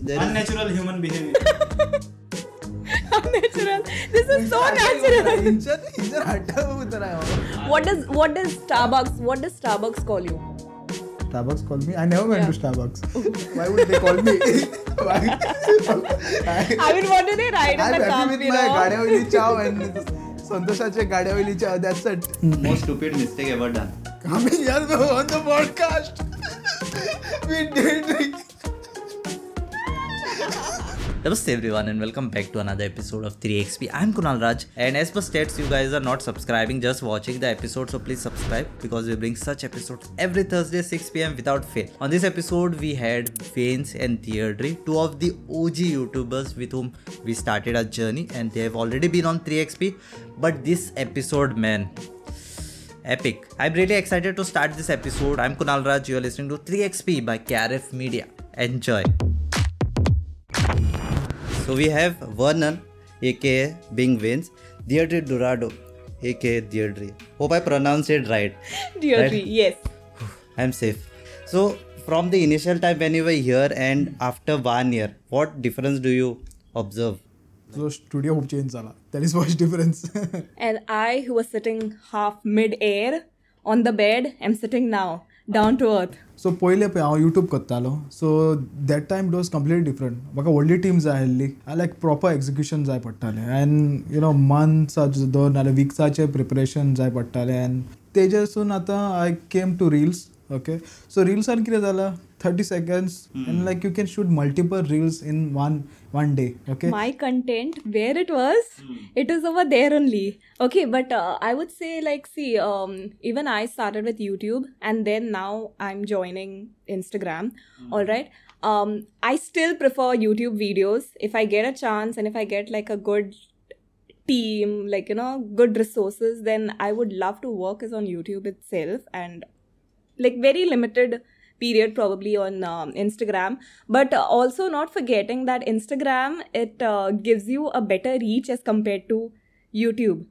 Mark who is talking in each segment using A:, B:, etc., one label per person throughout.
A: There is-
B: unnatural human behavior.
C: natural. This is so natural.
A: इंचर इंचर हटा हुआ उतर आया हूँ
C: What does what does Starbucks what does Starbucks call you?
A: Starbucks call me. I never went to
C: Yeah.
A: Starbucks. Why would they call me? Why? I,
C: I mean, what do they write in
A: I'm
C: the
A: happy
C: cup?
A: with
C: You
A: my
C: know?
A: गाड्यावली चाव and संतोषाचे गाड्यावली चाव. That's it.
D: most stupid mistake ever done.
A: Coming here on the podcast. We did it.
D: Namaste everyone and welcome back to another episode of 3XP. I'm Kunal Raj and as per stats you guys are not subscribing just watching the episode so please subscribe because we bring such episodes every Thursday 6pm without fail. On this episode we had Vance and Deirdre, two of the OG YouTubers with whom we started our journey and they have already been on 3XP but this episode man epic. I'm really excited to start this episode. I'm Kunal Raj, you're listening to 3XP by KRF Media. Enjoy. So we have Vernon, aka Bing Vince, Deirdre Durado, aka Deirdre. Hope I pronounced it right.
C: Dear me,
D: Right?
C: yes.
D: I'm safe. So from the initial time when you were here and after one year, what difference do you observe?
A: So studio खूप change झाला. That is much difference.
C: And I, who was sitting half mid-air on the bed, am sitting now down to earth.
A: सो पयले पळय हांव YouTube करतालो so that time it was complete different म्हाका व्हडली team जाय आसली आय लायक प्रॉपर एक्झिक्युशन जाय पडटालें एन्ड यु नो मंथ्साचे दोन नाल्यार विक्साचे प्रिपरेशन जाय पडटालें एन्ड तेजेसून आतां I came to reels okay so रिल्सान कितें जालां thirty seconds and like you can shoot multiple reels in one one day okay
C: My content, where it was, it is over there only. Okay, but uh, I would say, like, see, um, even I started with YouTube and then now I'm joining Instagram. All right. Um, I still prefer YouTube videos if I get a chance and if I get like a good team like you know good resources then i would love to work is on youtube itself and like very limited period probably on um, instagram but uh, also not forgetting that instagram it uh, gives you a better reach as compared to youtube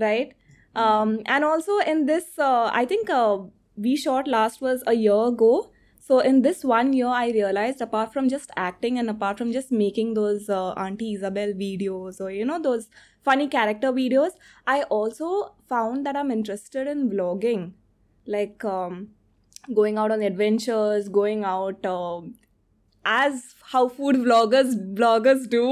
C: right um, and also in this uh, i think uh, we shot last was a year ago so in this one year i realized apart from just acting and apart from just making those uh, auntie isabel videos or you know those funny character videos i also found that i'm interested in vlogging like um, going out on adventures going out um, as how food vloggers vloggers do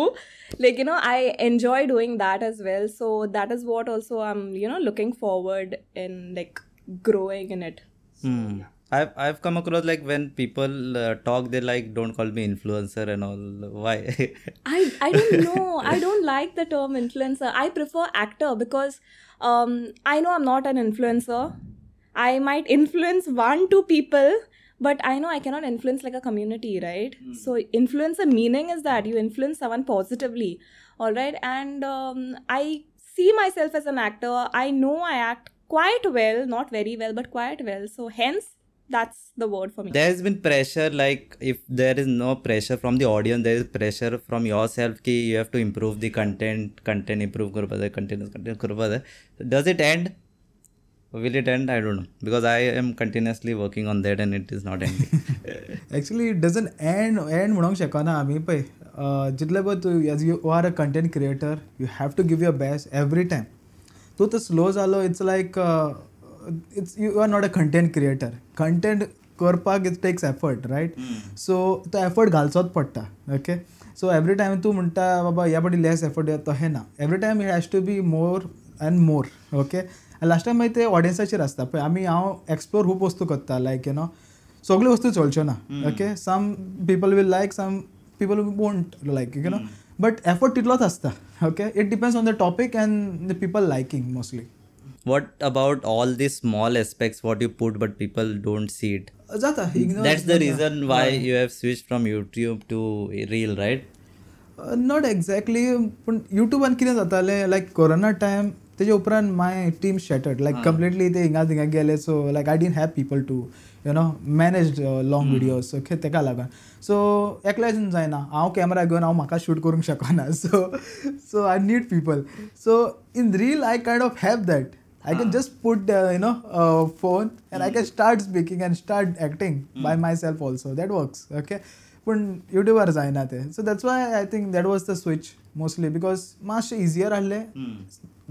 C: like you know i enjoy doing that as well so that is what also i'm you know looking forward in like growing in it
D: Hmm. I've, I've come across like when people uh, talk, they like don't call me influencer and all. Why?
C: I, I don't know. I don't like the term influencer. I prefer actor because um, I know I'm not an influencer. I might influence one, two people, but I know I cannot influence like a community, right? So, influencer meaning is that you influence someone positively, all right? And um, I see myself as an actor. I know I act quite well, not very well, but quite well. So, hence, that's the word for me.
D: there has been pressure like if there is no pressure from the audience there is pressure from yourself ki you have to improve the content content improve karba hai continuous content karba hai does it end will it end i don't know because i am continuously working on that and it is not ending
A: actually it doesn't end and म्हणूंक शकना आमी पळय अह, uh, जितले पळय तूं as you are a content creator you have to give your best every time तूं तो स्लो जालो it's like it's you are not a content creator content करपाक it takes effort right so तो effort घालचोच पडटा okay so every time तूं म्हणटा बाबा ह्या फाटी लेस एफर्ट तो हें ना every time it has to be more and more okay last time मागीर ते ऑडियन्साचेर आसता पळय आमी हांव एक्सप्लोर खूब वस्तू करता लायक यू नो सगळ्यो वस्तू चलच्यो ना okay some people will like some people won't like you know but effort तितलोच आसता okay it depends on the topic and the people liking mostly
D: what about all these small aspects what you put but people don't see it
A: जाता ignore-
D: that's the reason why you have switched from youtube to reel right
A: not exactly पूण युट्यूबान कितें जातालें like corona time तेजे उपरांत my team shattered like completely ते हिंगा थिंगा गेले so like I didn't have people to you know manage long videos okay तेका लागून सो एकल्याच्यान जायना हांव कॅमेरा घेवन हांव म्हाका शूट करूंक शकना सो so I need people so in reel I kind of have that I
D: Ah.
A: can just put, uh, you know, a
D: Hmm.
A: phone and I can start speaking and start acting by myself also. That works, okay? पूण युट्यूबार जायना तें so that's why I think that was the switch mostly because मातशें easier आहलें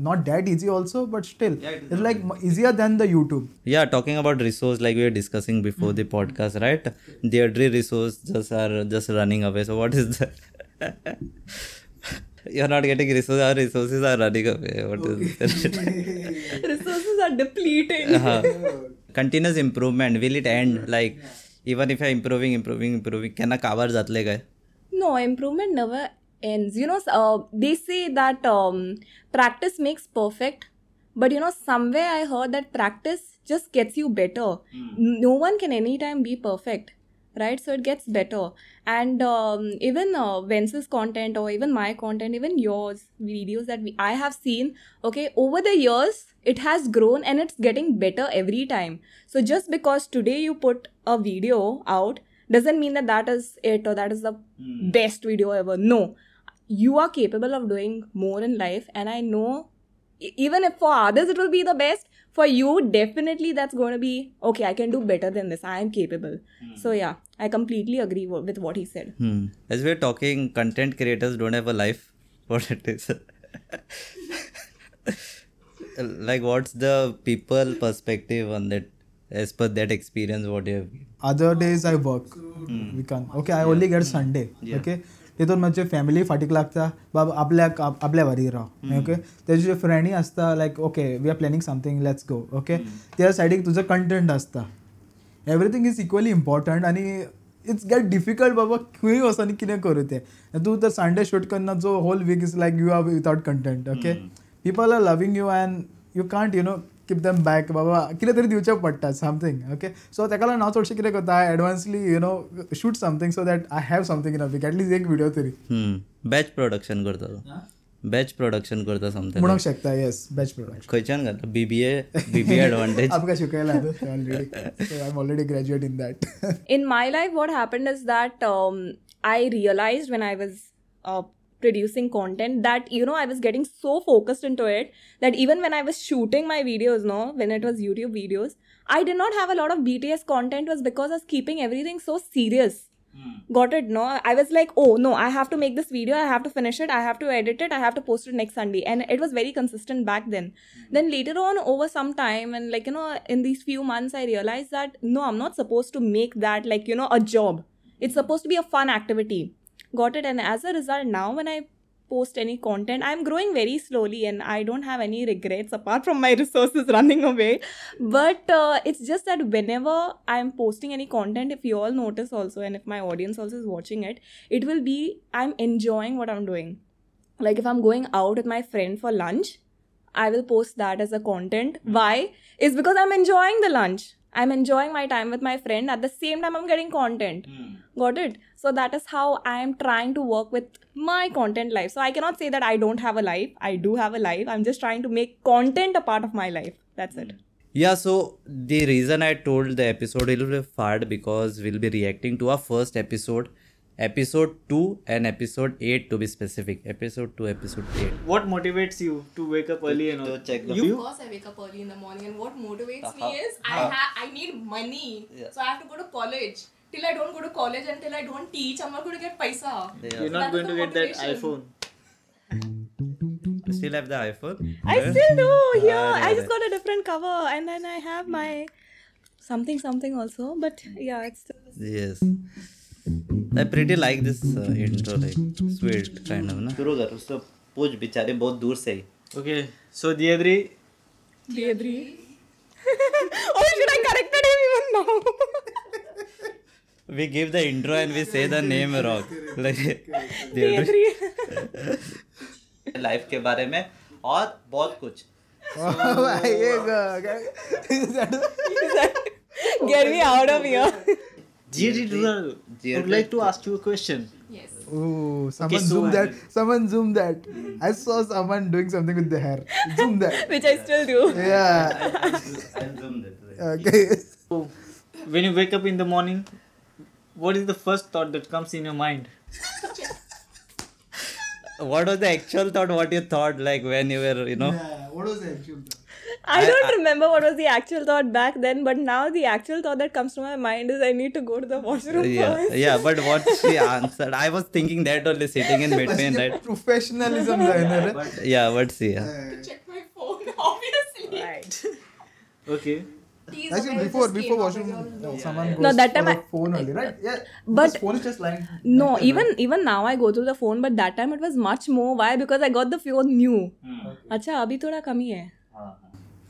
A: not that easy also but still
D: Hmm. Yeah, it is
A: it's like easier than the YouTube
D: Yeah, talking about resource like we were discussing before the podcast, right? Deirdre resource just are just running away. So what is that? You're not getting resources. Our resources are running away. What is that?
C: Resources are depleting.
D: Uh-huh. Continuous improvement. Will it end? Like even if I'm improving, improving, improving, can I cover जातले काय?
C: No, improvement never ends. You know, s- uh, they say that um, practice makes perfect. But you know, somewhere I heard that practice just gets you better. No one can anytime be perfect, right? So it gets better. And um, even uh, Vence's content, or even my content, even yours videos that we, I have seen, okay, over the years, it has grown and it's getting better every time. So just because today you put a video out doesn't mean that that is it or that is the best video ever. No, you are capable of doing more in life, and I know e- even if for others it will be the best, for you definitely that's going to be okay. I can do better than this. I am capable. So yeah, I completely agree wo- with what he said.
D: Hmm. As we're talking, content creators don't have a life. What it is. like, what's the people perspective on that? As per that experience, what you have.
A: other days I work. We can. Okay, I only get Sunday. Okay. तितून म्हणजे family फाटीक लागता बाबा आपल्याक आप- आपल्या वारी Rao okay तेजे जे फ्रेंडी आसता like okay we are planning something let's go okay त्या सायडीक तुजो कंटेंट आसता एवरीथींग इज इक्वली इम्पॉर्टंट आनी इट्स गेट डिफिकल्ट बाबा खंय वचोन आनी कितें करूं तें आनी तूं तर संडे शूट करना जो whole week is like you are without content okay people are loving you and you can't you know keep them back बाबा कितें तरी दिवचें पडटा समथींग ओके सो तेका लागून हांव चडशें कितें करता I advancedly you know shoot something so that I have something in a week at least एक व्हिडिओ तरी
D: Hmm. Batch production करता तो batch production करता something.
A: म्हणूंक शकता येस बॅच प्रोडक्ट
D: खंयच्यान घालता बीबीए बीबीए एडवांटेज
A: आमकां शिकयला already so I am already graduate in that
D: Oh.
C: in my life what happened is that um, i realized when i was uh, producing content that you know i was getting so focused into it that even when i was shooting my videos no when it was youtube videos i did not have a lot of bts content was because i was keeping everything so serious got it no i was like oh no i have to make this video i have to finish it i have to edit it i have to post it next sunday and it was very consistent back then then later on over some time and like you know in these few months i realized that no i'm not supposed to make that like you know a job it's supposed to be a fun activity got it and as a result now when i post any content i'm growing very slowly and i don't have any regrets apart from my resources running away but uh, it's just that whenever i'm posting any content if you all notice also and if my audience also is watching it it will be i'm enjoying what i'm doing like if i'm going out with my friend for lunch i will post that as a content why is because i'm enjoying the lunch i'm enjoying my time with my friend at the same time i'm getting content got it so that is how i am trying to work with my content life so i cannot say that i don't have a life i do have a life i'm just trying to make content a part of my life that's it
D: Yeah, so the reason I told the episode will be hard because we'll be reacting to our first episode, episode 2 and episode 8 to be specific. Episode 2, episode 8.
B: What motivates you to wake up early and all?
D: check the
B: you?
E: course I wake up early in the morning and what motivates
C: Uh-huh.
E: me is I ha- I need money. So I have to go to college. Till I don't go to college and till I don't teach, I'm not going to get paisa.
B: You're not
E: That's
B: going
E: the
B: to get that iPhone.
E: motivation.
D: I still have the iPhone.
C: I still do. Yeah,
D: Ah,
C: I just
D: yeah.
C: got a different cover, and then I have my something something also. But yeah, it's still the
D: Yes. I pretty like this uh, intro, like sweet kind of. Na? शुरू कर उसको पूछ बेचारे बहुत दूर से ही
B: Okay, so Diadri,
C: same. oh, should I corrected him even now?
D: We give the intro and we say the name wrong. Like,
C: Deodri.
D: Life के बारे में और बहुत कुछ
C: Get me out of here.
B: Diadri Dural would like to ask you a question.
E: Yes.
A: Ooh, someone
B: so
A: zoom
B: I
A: that.
B: did.
A: Someone zoom that. I saw someone doing something with the hair. Zoom that.
C: Which I still do.
A: Yeah. Okay.
B: So, when you wake up in the morning, what is the first thought that comes in your mind?
D: What was the actual thought? What you thought like when you were, you know?
A: what was the actual?
C: I don't remember what was the actual thought back then, but now the actual thought that comes to my mind is I need to go to the washroom
D: yeah,
C: first.
D: yeah, but what she answered, I was thinking that only sitting in between that.
A: Professionalism जाय ना रे
D: Yeah, but see, yeah.
E: to check my phone, obviously.
C: Right.
B: Okay.
E: Tease
A: Actually,
E: about this
A: before before
E: game,
A: washroom,
E: obviously.
A: uh, someone goes
C: No, that time
A: for a
C: I-
A: phone only, right? Yeah,
C: But-
A: this phone is just lying.
C: No,
E: uh,
A: Right.
C: even even now I go through the phone, but that time it was much more. Why? Because I got the phone new. अच्छा अभी थोड़ा कमी है.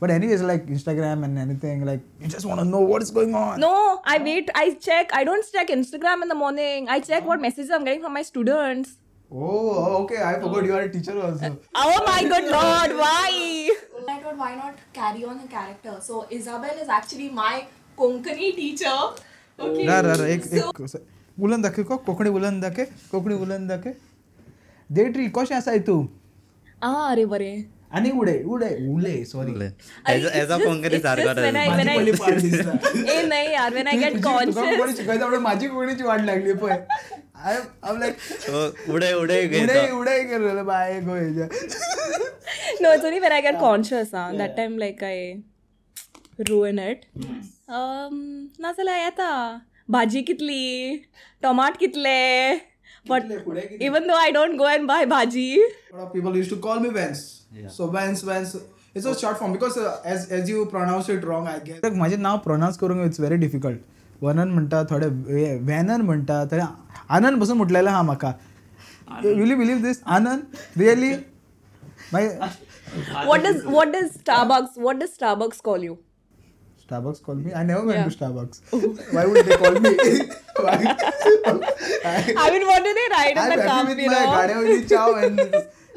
A: But anyways, like Instagram and anything, like you just want to know what is going on.
C: No, I wait. I check. I don't check Instagram in the morning. I check what messages I'm getting from my students.
A: Oh, oh, okay. I forgot you are a teacher also.
C: Oh my good lord! Why?
E: I thought, Oh why not carry on the character? So Isabel is actually my Konkani teacher. Okay.
A: रा रा रा, एक एक उलन दाखे को कोकणी उलन दाखे कोकणी उलन दाखे देट्री कशें आसाय तूं
C: Ah, अरे बरे.
A: आनी उडे उडे उले sorry
D: As, as a Konkani
C: it's just when I-
D: sargar,
C: when I- ए नहीं यार Eh, when I get conscious.
A: शिकयता म्हणून माझी कोंकणीची वाट लागली पळय आय आय लायक
D: उडे उडे
A: उडे
D: घे
A: उडे करलेलो बाय गोय
C: No, it's only when I get conscious. Huh? That time, like I ruin it. Um, नाचला येता भाजी कितली टमाट कितले but even though I don't go and buy bhaji
A: people used to call me Vance. So Vance, Vance. It's a short form because uh, as as you pronounce it wrong, I guess. माझे नाव pronounce करून it's very difficult वनन म्हणटा थोडे वॅनन म्हणटा थोडे आनंद बसून म्हटलेलं हा म्हाका will you believe this Anand really my
C: what does what does starbucks what does starbucks call you
A: Starbucks call me I never went to
C: Oh.
A: Starbucks why would they call me
C: i mean what do they write in
A: I
C: the cup you know
A: गाड्यावयली चाव and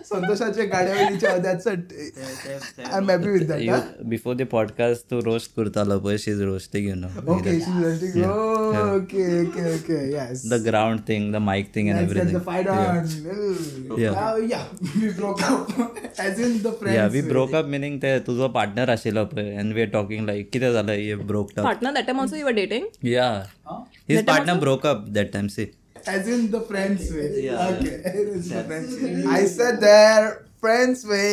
A: संतोषाचे गाड्यावयली चाव that's a I am happy with
D: You,
A: that
D: before the podcast, तू roast करतालो पळय she is roasting you know
A: Okay, she's resting. Oh, okay, okay, okay. Yes.
D: the ground thing, the mic thing, and
A: Let's get
D: everything.
A: the fight
D: yeah.
A: on. Ugh.
D: Yeah.
A: Uh, yeah, we broke up. As in the friends.
D: yeah, we broke up meaning ते तुझो partner आशिल्लो पळय and we are talking like कितें झालं ये broke up.
C: partner that time also you were dating
D: Yeah. His partner broke up that time, see.
A: As in the friends way. Okay. It's the friends way. I said there, friends way.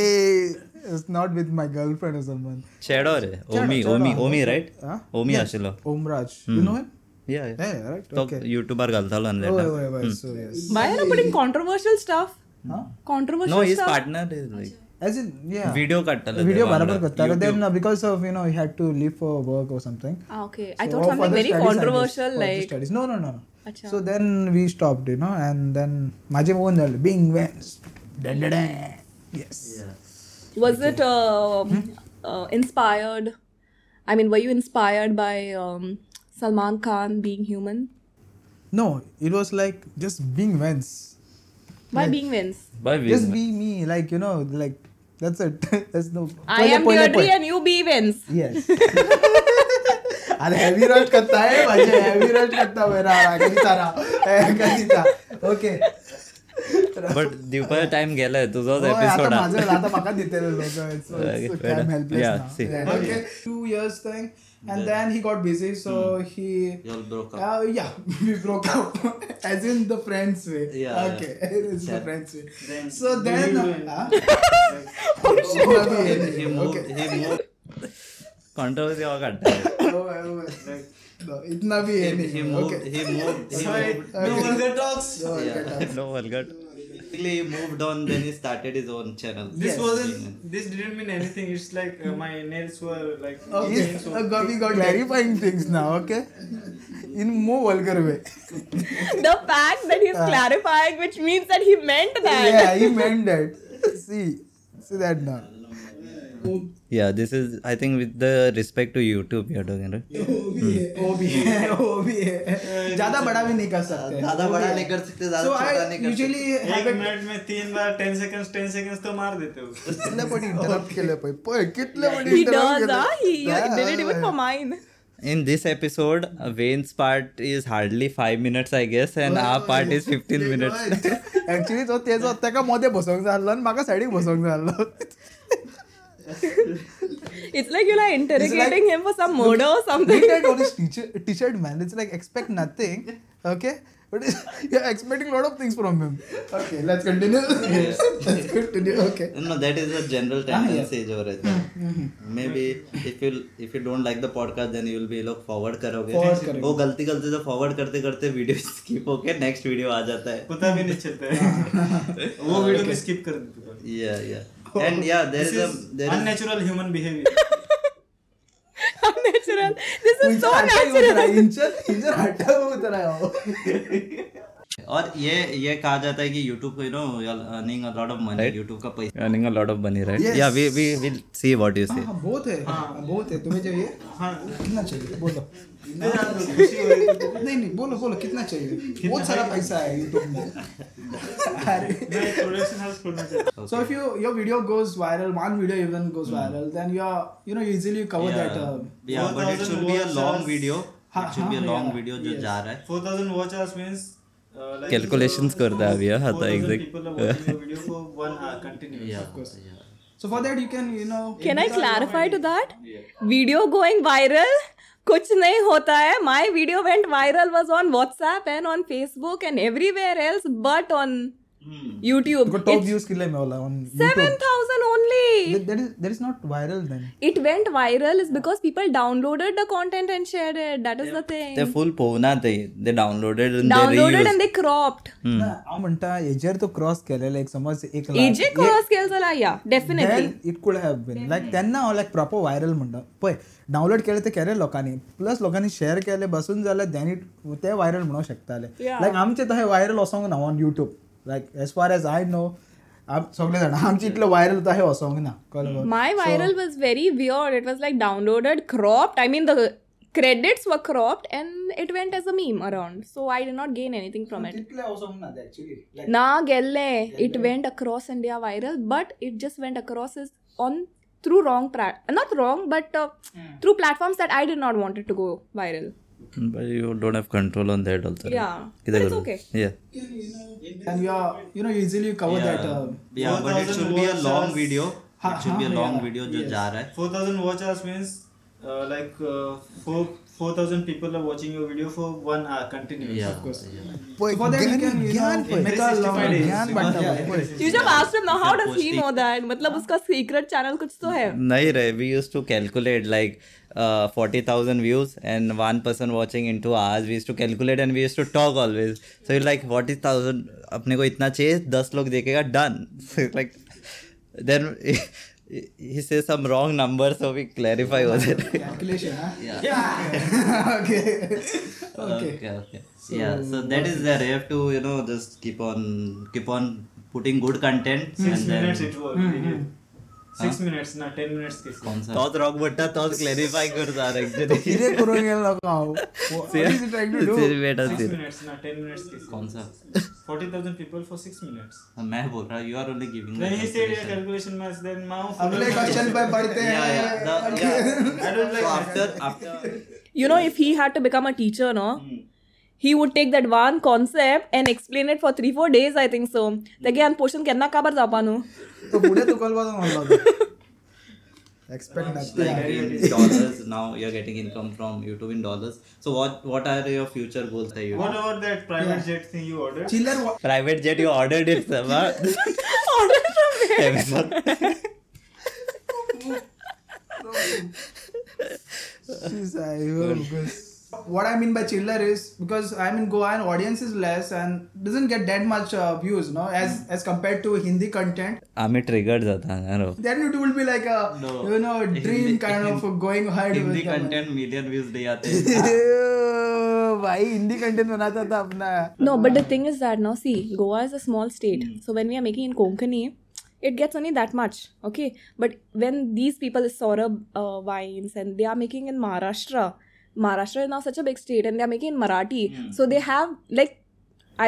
A: It's not with my girlfriend or someone.
D: चेडो रे ओमी
A: चेडो,
D: ओमी
A: चेडो.
D: ओमी right
A: Huh?
D: ओमी आशिल्लो
A: Omraj.
D: Hmm.
A: You know him?
D: या
A: Yeah, right.
D: तो
A: Okay.
D: युट्यूबार घालतालो आनी
A: Oh,
D: लेटा
A: yeah, yeah, so yes.
C: why are you putting controversial stuff
A: Huh?
C: controversial
D: no his
C: stuff
D: partner is like
A: As in, yeah.
D: Video काडटालो
A: Video बराबर करता but then uh, because of you know he had to leave for work or something.
C: ah, okay i
A: So,
C: thought
A: for
C: something
A: the
C: very
A: studies, I guess,
C: controversial
A: for the
C: like
A: studies. No, no, no. no.
C: Acha.
A: So then we stopped, you know, and then माझे own झाले being Vance Yes.
C: was it um
A: Hmm?
C: uh, inspired i mean were you inspired by um, salman khan being human
A: No, it was like just being Vance.
C: by being wins
D: by
A: Just be me, like you know, like that's it. That's no.
C: i am Deirdre and you be wins
A: Yes. अरे heavy रट करता है मुझे heavy रट करता मेरा कहीं तारा कहीं ता ओके
D: बट दिवपाचो टाइम गेलाय
A: Oh,
D: तुजोच एपिसोड
A: आता माझं आता माका दितेले लोक
D: Okay, fair enough. Yeah, see.
A: okay two years thing and then he got busy so he Uh, yeah, we broke up. As in the friends way.
D: Yeah,
A: Okay, it's the friends way. so then. uh, Huh? Okay.
D: Controversy हो काडटा
A: Oh, oh, oh. No, इतना भी है नहीं. Okay. No, okay, done.
D: No vulgar He moved on, then he started his own channel.
B: This wasn't. This didn't mean anything. It's like uh, my nails were like.
A: Okay,
B: so-
A: uh, we got clarifying things now, okay? In more vulgar way.
C: the fact that he's clarifying which means that he meant that
A: Uh. yeah, he meant that. See, see that now.
D: Yeah, this is, I think, with the respect to YouTube, you're talking, right?
A: वो भी है, वो भी है. ज्यादा बड़ा भी नहीं कर सकते.
D: ज्यादा बड़ा नहीं कर सकते, ज्यादा
A: So I
D: छोटा नहीं कर
A: usually
B: एक
A: have a-
B: मिनट में तीन बार 10 seconds 10 seconds तो मार देते हो
A: कितले पण interrupt केले पाहिजे. पण कितले पण
C: he
A: interrupt
C: does
A: केले.
C: ah he
A: Yeah.
C: did it even for mine
D: In this episode, Wayne's part is hardly five minutes, I guess, and our part is 15 minutes.
A: Actually तो तेजो तेका मोदें बसोंक जाय आसलो आनी म्हाका सायडीक बसोंक जाय आसलो
C: it's like you're like interrogating him for some murder or something
A: Look at all his teacher, t-shirt man. It's like expect nothing. Okay. But you're expecting a lot of things from him. Okay, let's continue. let's continue. Okay.
D: No, that is a general tendency जो रहता है maybe if you if you don't like the podcast then you will be लोग forward Oh, करोगे
A: Forward करेंगे।
D: वो गलती गलती से forward करते करते वीडियो skip होके next वीडियो आ जाता है
F: पता भी नहीं चलता है वो वीडियो भी स्किप कर देते हैं
D: yeah
A: Oh,
D: yeah and yeah there is a there is
F: unnatural human behaviour
C: natural. This is so
A: इंजर हटा ही
C: natural.
A: उतरा है, इंजर इंजर हटा हुआ उतरा है वो।
D: और ये ये कहा जाता है कि YouTube को you know you are earning a lot of money YouTube का पैसा earning a lot of money right
A: Yes.
D: या we we will see what you say
A: हाँ बहुत है हाँ बहुत है तुम्हें चाहिए
F: हाँ
A: कितना चाहिए बोलो
F: इतने ज्यादा खुशी हो रही थी।
A: नहीं नहीं बोलो बोलो कितना चाहिए बहुत सारा पैसा है यूट्यूब में अरे
F: मैं प्रोडक्शन हाउस खोलना चाहता
A: So if you your video goes viral, one video even goes viral, then you're you know you easily cover that. Uh,
D: या but it should be a
F: 4,000
D: long video
A: हाँ,
D: it should be a
A: हाँ,
D: long
A: yeah.
D: Video जो जा रहा है
F: four thousand watch hours means uh,
D: Calculations कर रहा है अभी, हाँ, तो exact-
F: वीडियो को one hour continuous
D: Yeah,
F: of course
D: yeah.
A: so for that you can you know.
C: Can I clarify to that? Video going viral. कुछ नहीं होता है my video went viral was on WhatsApp and on Facebook and everywhere else but on YouTube
A: Got top views किल्ले में वाला on
C: seven
A: YouTube.
C: Thousand only
A: That, that is that is not viral then.
C: It went viral is because people downloaded the content and share it that is the thing
D: ते full पोहना ते they downloaded and they
C: downloaded
D: reuse
C: and they cropped
A: ना, हा म्हणता ager तो cross केलेला एक समज एक लाख.
C: एजे क्रॉस केलं चला या definitely
A: Then it could have been like त्यांना लायक प्रॉपर व्हायरल म्हणटा पळय डावनलोड केले ते केले लोकांनी प्लस लोकांनी शेअर केले बसून जाल्यार त्यांनी ते व्हायरल म्हणू शकताले लायक आमचे तशें व्हायरल वसोंक ना on YouTube like as far as I know सगळे जाणा आमचे इतले व्हायरल तशें वसोंक ना कळ्ळें
C: My viral was very weird. It was like downloaded, cropped. I mean, the credits were cropped and it went as a meme around. So I did not gain anything from it.
A: तितले वसोंक ना actually
C: Na gelle. It went across India viral, but it just went across as on through wrong, pra- not wrong, but uh, through platforms that I did not want it to go viral.
D: But you don't have control on that also
C: Yeah. But it's okay.
D: Yeah
A: and you are you know you easily cover that uh,
D: या but it should be a long video
A: हाँ,
D: it should be a long video जो जा रहा है
F: 4000 watch hours means uh, like uh, 4 4000 people are watching your video for 1 hour continuous
D: Yeah,
F: of course
D: yeah.
A: so for that you can you know make a long ज्ञान वाटता पळय
C: You should have asked him now. How does he know that? मतलब उसका secret channel कुछ तो है.
D: नहीं रे we use to calculate like forty thousand views and one person watching in two hours we use to calculate and we use to talk always so like forty thousand अपने को इतना चाहिए दस लोग देखेगा done like then he say some wrong number so we clarify हो जाते
A: calculation huh? yeah okay okay
D: okay okay yeah so that is there you have to you know just keep on keep on putting good content
F: 6
D: and
F: minutes
D: then
F: it was 6 minutes ना 10 minutes के
D: तोच rock बट्टा तोच clarify करता actually
A: कितें करून गेलो लोक हांव What is he trying to do?
D: बेटा
F: 6 minutes ना 10 minutes के
D: कौन सा
F: 40000 people for 6 minutes
D: हाँ, मैं बोल रहा you are only giving
F: then he said your calculation must then now
A: अगले क्वेश्चन पे पढ़ते हैं
D: after after
C: you know if he had to become a teacher no he would take that one concept and explain it for three four days i think so तगे हांव portion केन्ना काबार जावपानू
A: तो फुडें तुकोलपाचो म्हणलो expect
D: like in dollars now you're getting income from YouTube in dollars so what what are your future goals that you
F: what about that private jet thing you ordered
A: चिल्लर
D: private jet you ordered it Sama.
C: Order from where?
D: Amazon
A: Jeez, I what I mean by chiller is because I'm in Goa and audience is less and doesn't get that much uh, views, no, as as compared to Hindi content.
D: आम्ही triggered जाता ना रो
A: Then it will be like a
D: No.
A: you know dream kind of going ahead
D: Hindi
A: with the-
D: content million views day आते
A: Ew, भाई Hindi content बनाता था अपना
C: no but the thing is that now see goa is a small state so when we are making in konkani it gets only that much okay but when these people saurabh uh, vines and they are making in maharashtra maharashtra is now such a big state and they are making in marathi so they have like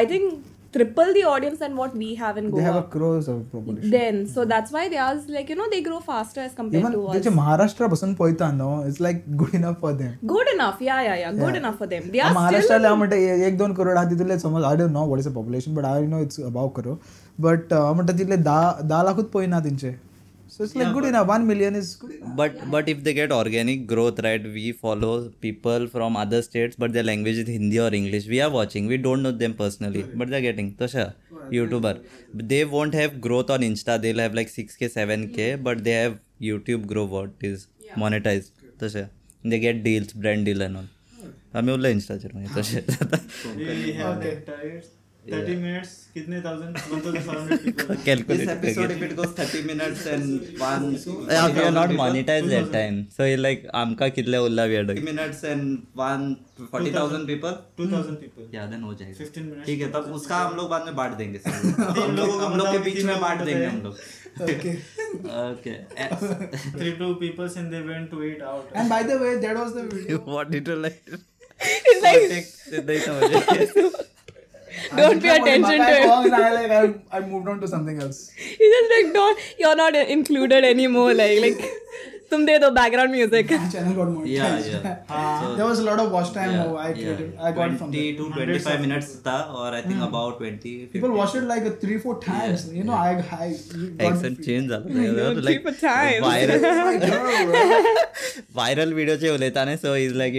C: i think triple the audience than what we have in
A: they have
C: goa
A: a crows of probably
C: then so that's why they are like you know they grow faster as compared
A: even
C: to us
A: जे महाराष्ट्र पासून पळयता न्हू it's like good enough for them
C: good enough yeah yeah yeah good enough for them they are still
A: महाराष्ट्राला हांव म्हणटा ए- एक दोन करोड आहा तितूंतले समज I don't know what is a population but I know it's above crore but हांव म्हणटा तितले धा धा लाखूच पळयना तेंचे So it's like good enough. One million is good enough.
D: but but if they get organic growth right we follow people from other states but their language is hindi or english we are watching we don't know them personally but they're getting tosha youtuber But they won't have growth on insta they'll have like 6k 7k but they have youtube grow what is monetized tosha they get deals brand deal and all आम्ही उरला इंस्टाचे तसे
F: We have the entire 30 minutes, कितने thousand, 1,500 people.
D: Calculate
G: if it goes 30 minutes and one
D: we are not monetized that time so like आमका कितल्या उरला we are
G: 30 minutes and one 40,000 people
F: 2,000 people.
G: Yeah then हो जाएगा
F: 15 minutes.
G: ठीक है तब उसका हम लोग बाद में बांट देंगे सब लोग।
F: तीन
G: हम
F: लोगों
G: लोग
F: को
G: हम लोग के
F: बताओ कि
G: बीच
F: तीन
G: में
F: लोग
G: बांट
F: बताएं।
G: देंगे हम लोग
A: Okay.
G: Okay
F: Three, two people and they went to eat out.
A: And by the way, that was the video.
D: what did you like?
C: It's like,
D: नाही समजले.
C: don't pay attention to it.
A: And I like I, I moved on to something else.
C: He's just like, don't, you're not included anymore. Like, like, तुम दे दो background music.
A: My channel got monetized.
G: Yeah, yeah.
A: there was a lot of watch time. oh, I created. I got it from there.
G: 20 to 25 minutes था और I think about 20
A: People watched it like a three, four times. You know, I, I you got Oh
D: Accent change झाला
C: don't keep a time.
D: Viral viral व्हिडिओचे उलयता न्ही so is like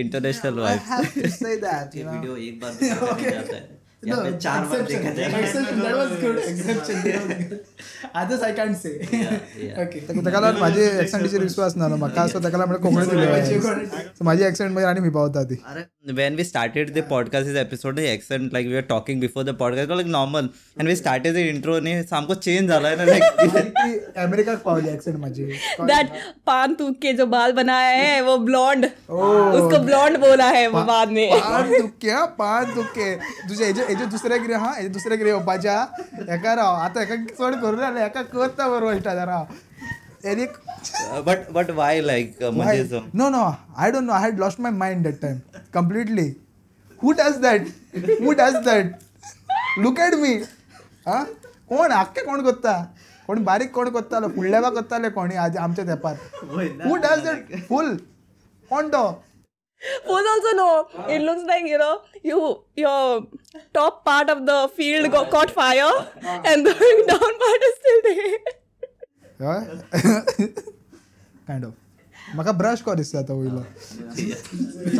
A: I
D: international wife
A: have to say that. You know.
G: Video एक बार देखा नहीं जाता है या फिर चार बार
A: exception.
G: देखा जाएगा
A: Exception, that was good. Exception, that was good. Others I can't say.
G: yeah.
A: Okay.
H: ताका लागून माझी ऍक्सेंटीचेर विश्वास ना म्हाका असो ताका लागून कोंकणी
A: You
H: दिली
A: got it.
H: सो माझी ऍक्सेंट मागीर आनी पिपावता ती
D: अरे when we started the podcast this episode the accent like we were talking before the podcast it was like normal and we started the intro न्ही सामको चेंज झाला ना like
H: ती अमेरिकाक पावली ऍक्सेंट माझी
C: That पान तूक के जो बाल बनाया है वो blonde.
A: Oh.
C: उसको blonde बोला है वो बाद में.
H: पान दुखे हा पान दुखे तुझे हेजे हेजे दुसरे कितें हा हेजे दुसरे कितें येवपाचे हा हेका राव आतां हेका चड करूं जालें हेका करता बरोबर वयटा जरा any
D: uh, but but why like uh, म्हणजे so-
H: no no I don't know I had lost my mind that time completely who does that who does that look at me हा कोण आख्खे कोण करता कोण बारीक कोण करतालो फुडलेवा करताले कोणी आज आमच्या तेपार हू डज दॅट फूल कोण तो
C: Fools also know. It looks like you know you your top part of the field got caught fire
A: Ah.
C: and the down part is still there.
H: Kind of म्हाका brush कर दिसता आतां वयलो
F: I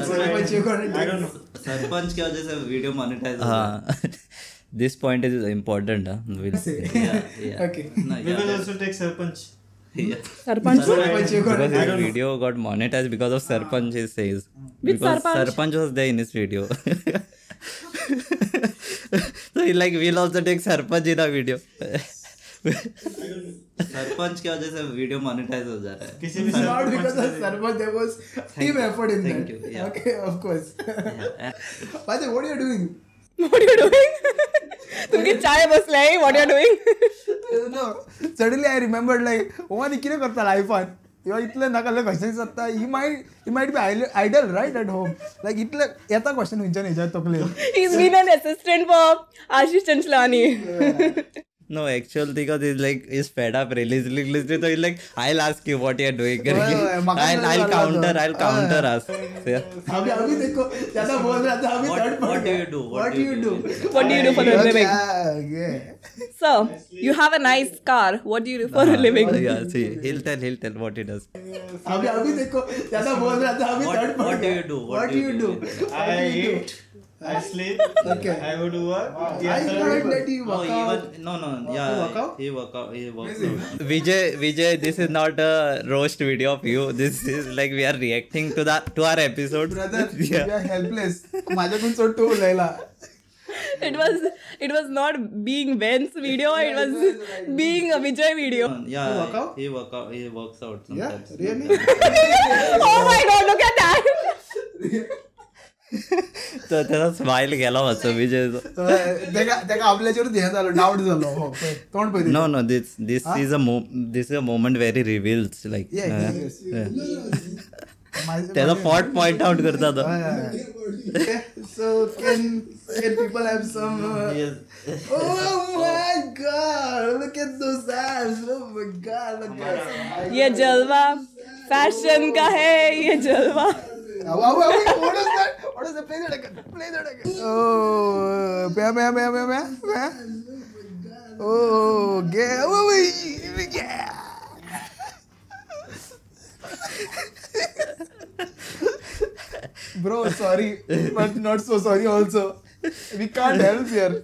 F: don't know.
G: Sarpanch की वजह से video monetize हो गया
D: हाँ this point is important will
A: Okay.
F: We will also take Sarpanch.
C: Sarpanch
D: because his video got monetized because of Sarpanch, he says.
C: Which
D: because
C: Sarpanch?
D: was there in his video. so he like we'll also take Sarpanch in our video.
G: Sarpanch की वजह से video monetize हो जा रहा है
F: किसी भी
A: It's not because of
F: Sarpanch.
A: Sarma, there was team effort in
G: Thank
A: that.
G: you, yeah.
A: Okay, of course. By the way, what are you doing?
C: What are you doing? तुमकी चाय बसलाय What are you doing?
H: No suddenly I remember like
A: "Oh,
H: ओवा नी कितें करता लायफान किंवा इतलें नाका आसलें क्वेश्चन जाता he might he might be idle right at home like इतलें येता क्वेश्चन खंयच्यान हेज्या तकलेर
C: He's been an assistant for Ashish Chanchlani.
D: no, actual thing because he's like he's fed up release release. So he's like, I'll ask you what you're doing. I'll, I'll counter, I'll counter us. Yeah.
A: अभी अभी देखो ज्यादा बोल रहा था अभी
G: What, what do
A: third
G: you do? What,
A: What do you do?
C: what do you do for a living? So, you have a nice car. What do you do for a living?
D: Oh, yeah, see, he'll tell, he'll tell what he does.
A: अभी अभी देखो ज्यादा बोल रहा था अभी
G: What,
A: third
G: what do you do?
A: What do you do?
F: I eat. I sleep.
A: Okay.
F: I would work.
A: I heard that you
G: No,
A: work out.
G: even no, no. Yeah,
A: workout?
G: he work out. He works out.
D: Vijay, Vijay, this is not a roast video of you. This is like we are reacting to the to our episode.
H: Brother
D: Yeah.
H: Helpless माझ्याकडून चड तो उलयला
C: It was it was not being Ben's video. It was being a Vijay video.
G: Yeah,
A: You work out?
G: he work out. He works out
A: Yeah,
G: sometimes.
A: really?
C: Oh my God! Look at that.
D: तर त्याचा smile गेला माझा विजय
H: तेका तेका आपल्याचेरूच हें जालो doubt जालो हो पळय, तोंड पळय
D: no no this this is a this is a moment very reveals like
H: Yeah, yes, yes. माझे-
D: त्याचा पॉट पॉइंट आउट करता तो
A: Okay, so can can people have some? Uh, Oh my God! Look at those abs! Oh my God! Look at.
C: ये जलवा fashion का है ये जलवा.
H: Uh, wow, wow, wait, what is that? What is that? Play that again. Play that again. Oh, yeah, yeah, yeah, yeah, yeah, yeah. Oh, yeah. Oh, yeah. so sorry, but not so sorry also. We can't help here.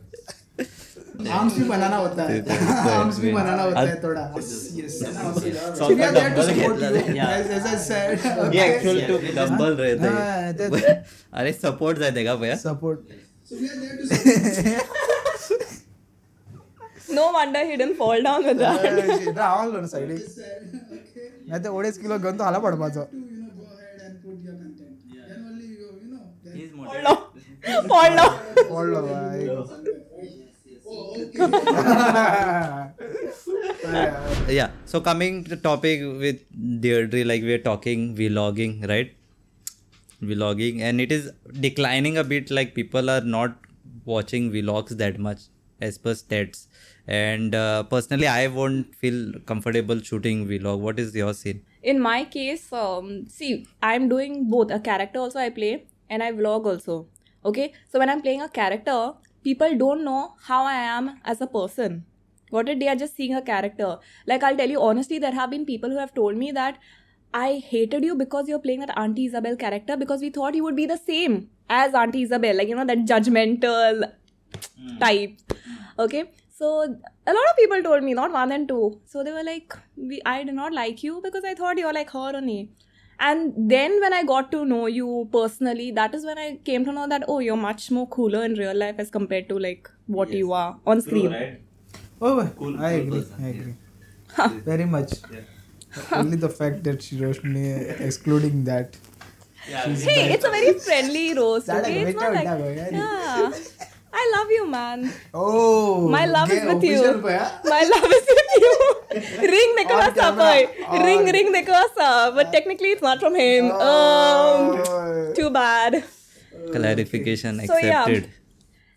A: Arms भी बनाना होता है arms भी बनाना होता है थोड़ा yes
D: Solve
A: we are there to
D: the
A: support
D: double
A: you
D: yeah.
A: as, as i said
D: ये
A: okay
D: actual
G: yes,
D: too
G: yes.
D: Dumbbell
H: Ah,
A: हाँ,
D: रहते
A: that's-
D: अरे सपोर्ट जाय देगा भैया
A: support
C: No wonder he didn't fall down with that.
H: Ravan साइडी नाही तर ओडेच kilo घेऊन तो आला पडपाचो
C: fall down. fall down.
H: पडलो बाई
D: yeah so coming to topic with deirdre like we're talking vlogging right vlogging and it is declining a bit like people are not watching vlogs that much as per stats and uh, personally i won't feel comfortable shooting vlog what is your scene
C: In my case, um, see, I'm doing both a character also I play and I vlog also. Okay, so when I'm playing a character, people don't know how I am as a person. What if they are just seeing a character? Like I'll tell you honestly, there have been people who have told me that I hated you because you're playing that Auntie Isabel character because we thought you would be the same as Auntie Isabel, like you know that judgmental type. Okay. So a lot of people told me, not one and two. So they were like, we, I did not like you because I thought you're like her only. And then when I got to know you personally, that is when I came to know that oh, you're much more cooler in real life as compared to like what you are on screen.
A: oh i agree i agree very much only the fact that she roshni excluding that
C: Hey, it's a very friendly roast.
A: That I
C: Okay? It's not
A: wait
C: like,
A: out, that I-
C: yeah. I love you, man.
A: oh
C: My love is
A: okay,
C: with you.
A: official पे, हाँ?
C: My love is with you. ring Nicholas
H: camera,
C: Sapoy. Ring,
H: on.
C: ring Nicholas Sapoy. But technically, it's not from him.
H: Oh.
C: Um, too bad.
D: clarification
C: So yeah.
D: accepted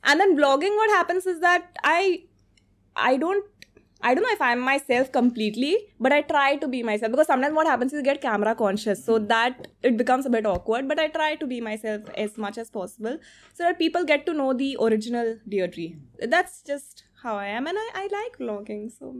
C: And then vlogging, what happens is that I, I don't. I don't know if I'm myself completely, but I try to be myself because sometimes what happens is you get camera conscious, so that it becomes a bit awkward. But I try to be myself as much as possible so that people get to know the original Deirdre. That's just how I am, and I, I like vlogging. So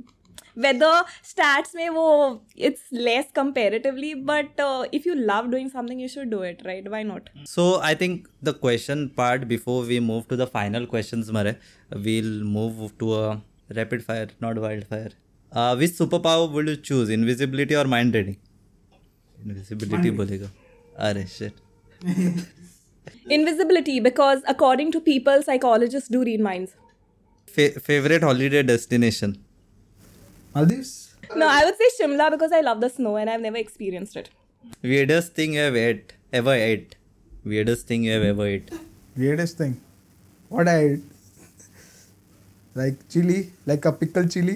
C: whether stats may wo, it's less comparatively, but uh, if you love doing something, you should do it, right? Why not?
D: So I think the question part before we move to the final questions, Mare, we'll move to a rapid fire, not wildfire. Uh, which superpower would you choose, invisibility or mind reading? Invisibility, bolega. Arey shit.
C: Invisibility, because according to people, psychologists do read minds.
D: Fa- favorite holiday destination?
A: maldives
C: No, I would say Shimla because I love the snow and I've never experienced it.
D: Weirdest thing you have ate, ever ate? Weirdest thing you have ever ate?
H: weirdest thing what i like chilli like a pickle chilli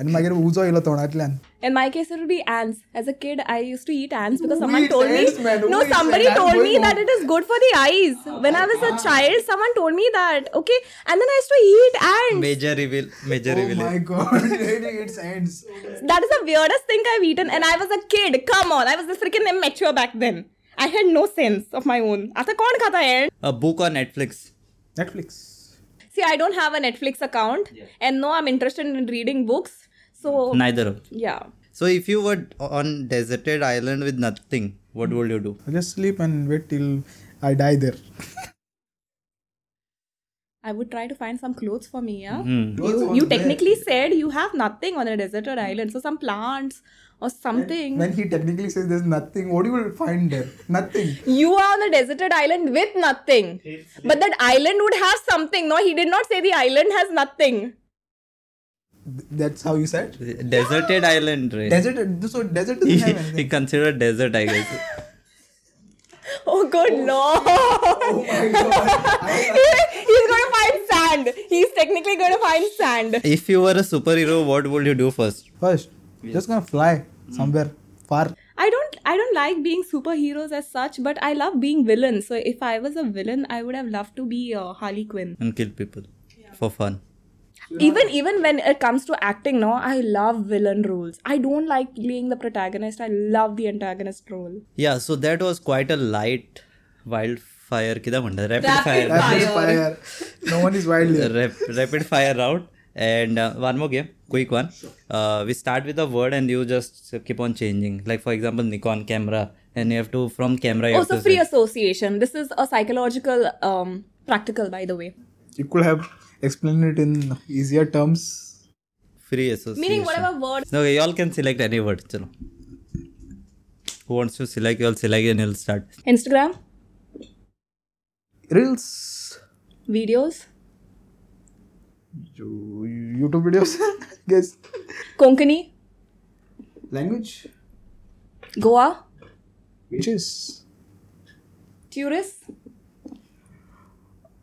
H: आणि मागीर उजो येयलो तोंडांतल्यान
C: In my case, it would be ants. As a kid, I used to eat ants because
H: Who
C: someone
H: eats
C: told me.
H: ants, man? Who
C: no,
H: eats
C: somebody
H: ants? I'm
C: told
H: going
C: me
H: home.
C: that it is good for the eyes. When I was a child, someone told me that. Okay, and then I used to eat ants.
D: Major reveal. Major
A: oh
D: reveal.
A: my god it's ends
C: That is the weirdest thing I've eaten, and I was a kid. Come on, I was a freaking immature back then. I had no sense of my own. After kaun khata ant?
D: A book or Netflix?
A: netflix
C: See, I don't have a Netflix account, and no, I'm interested in reading books. So
D: Neither of.
C: yeah,
D: So if you were on deserted island with nothing, what would you do?
A: I just sleep and wait till I die there.
C: I would try to find some clothes for me. Yeah.
D: Hmm.
C: You, you technically said you have nothing on a deserted island, so some plants or something.
H: when he technically says there's nothing what you will find there nothing
C: you are on a deserted island with nothing, but that island would have something. No, he did not say the island has nothing.
H: that's how you said
D: Deserted island, right?
H: desert so desert doesn't have anything
D: he considered desert, I guess.
C: Oh, good lord! He- He's going to find sand. He's technically going to find sand.
D: if you were a superhero, what would you do first?
A: First, just gonna fly somewhere far.
C: I don't I don't like being superheroes as such, but I love being villains. So if I was a villain, I would have loved to be uh, Harley Quinn.
D: And kill people for fun.
C: Even even when it comes to acting, no, I love villain roles. I don't like playing the protagonist. I love the antagonist role.
D: Yeah, so that was quite a light wildfire. Kida manda, rapid
E: Rapid
D: fire.
E: fire.
H: Rapid fire. No one is wild here.
D: Rap, rapid fire round. And uh, one more game, quick one. Uh, we start with a word and you just keep on changing. Like, for example, Nikon camera. and you have to from camera. You have
C: also
D: to
C: Oh, free
D: say-
C: association this is a psychological um practical by the way
A: You could have explained it in easier terms.
D: free association.
C: meaning whatever word
D: Okay, y'all can select any word. Chalo. Who wants to select? You'll select and you'll start.
C: instagram
A: Reels,
C: videos
A: YouTube videos, guess.
C: konkani
A: Language,
C: goa
A: which is
C: tourists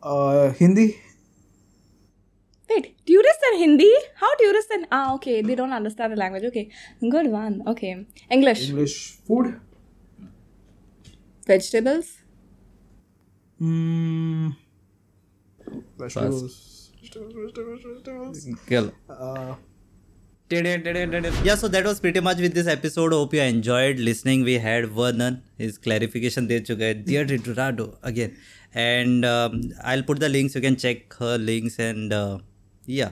A: uh, Hindi.
C: Wait, tourists and Hindi? How tourists and ah okay, they don't understand the language. Okay, good one. Okay, English,
A: English food.
C: vegetables,
A: Mm,
D: Girl.
A: Uh,
D: Yeah, so that was pretty much with this episode. Hope you enjoyed listening. We had Vernon, his clarification दे चुका है dear Ritorado again, and um, I'll put the links. You can check her links and uh, yeah,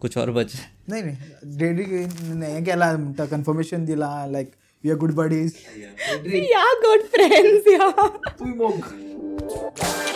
D: कुछ और बच
A: नाही नाही daddy हे केला म्हणता confirmation दिला like we are good buddies
C: yeah, good friends, yeah.
A: तुम्ही मग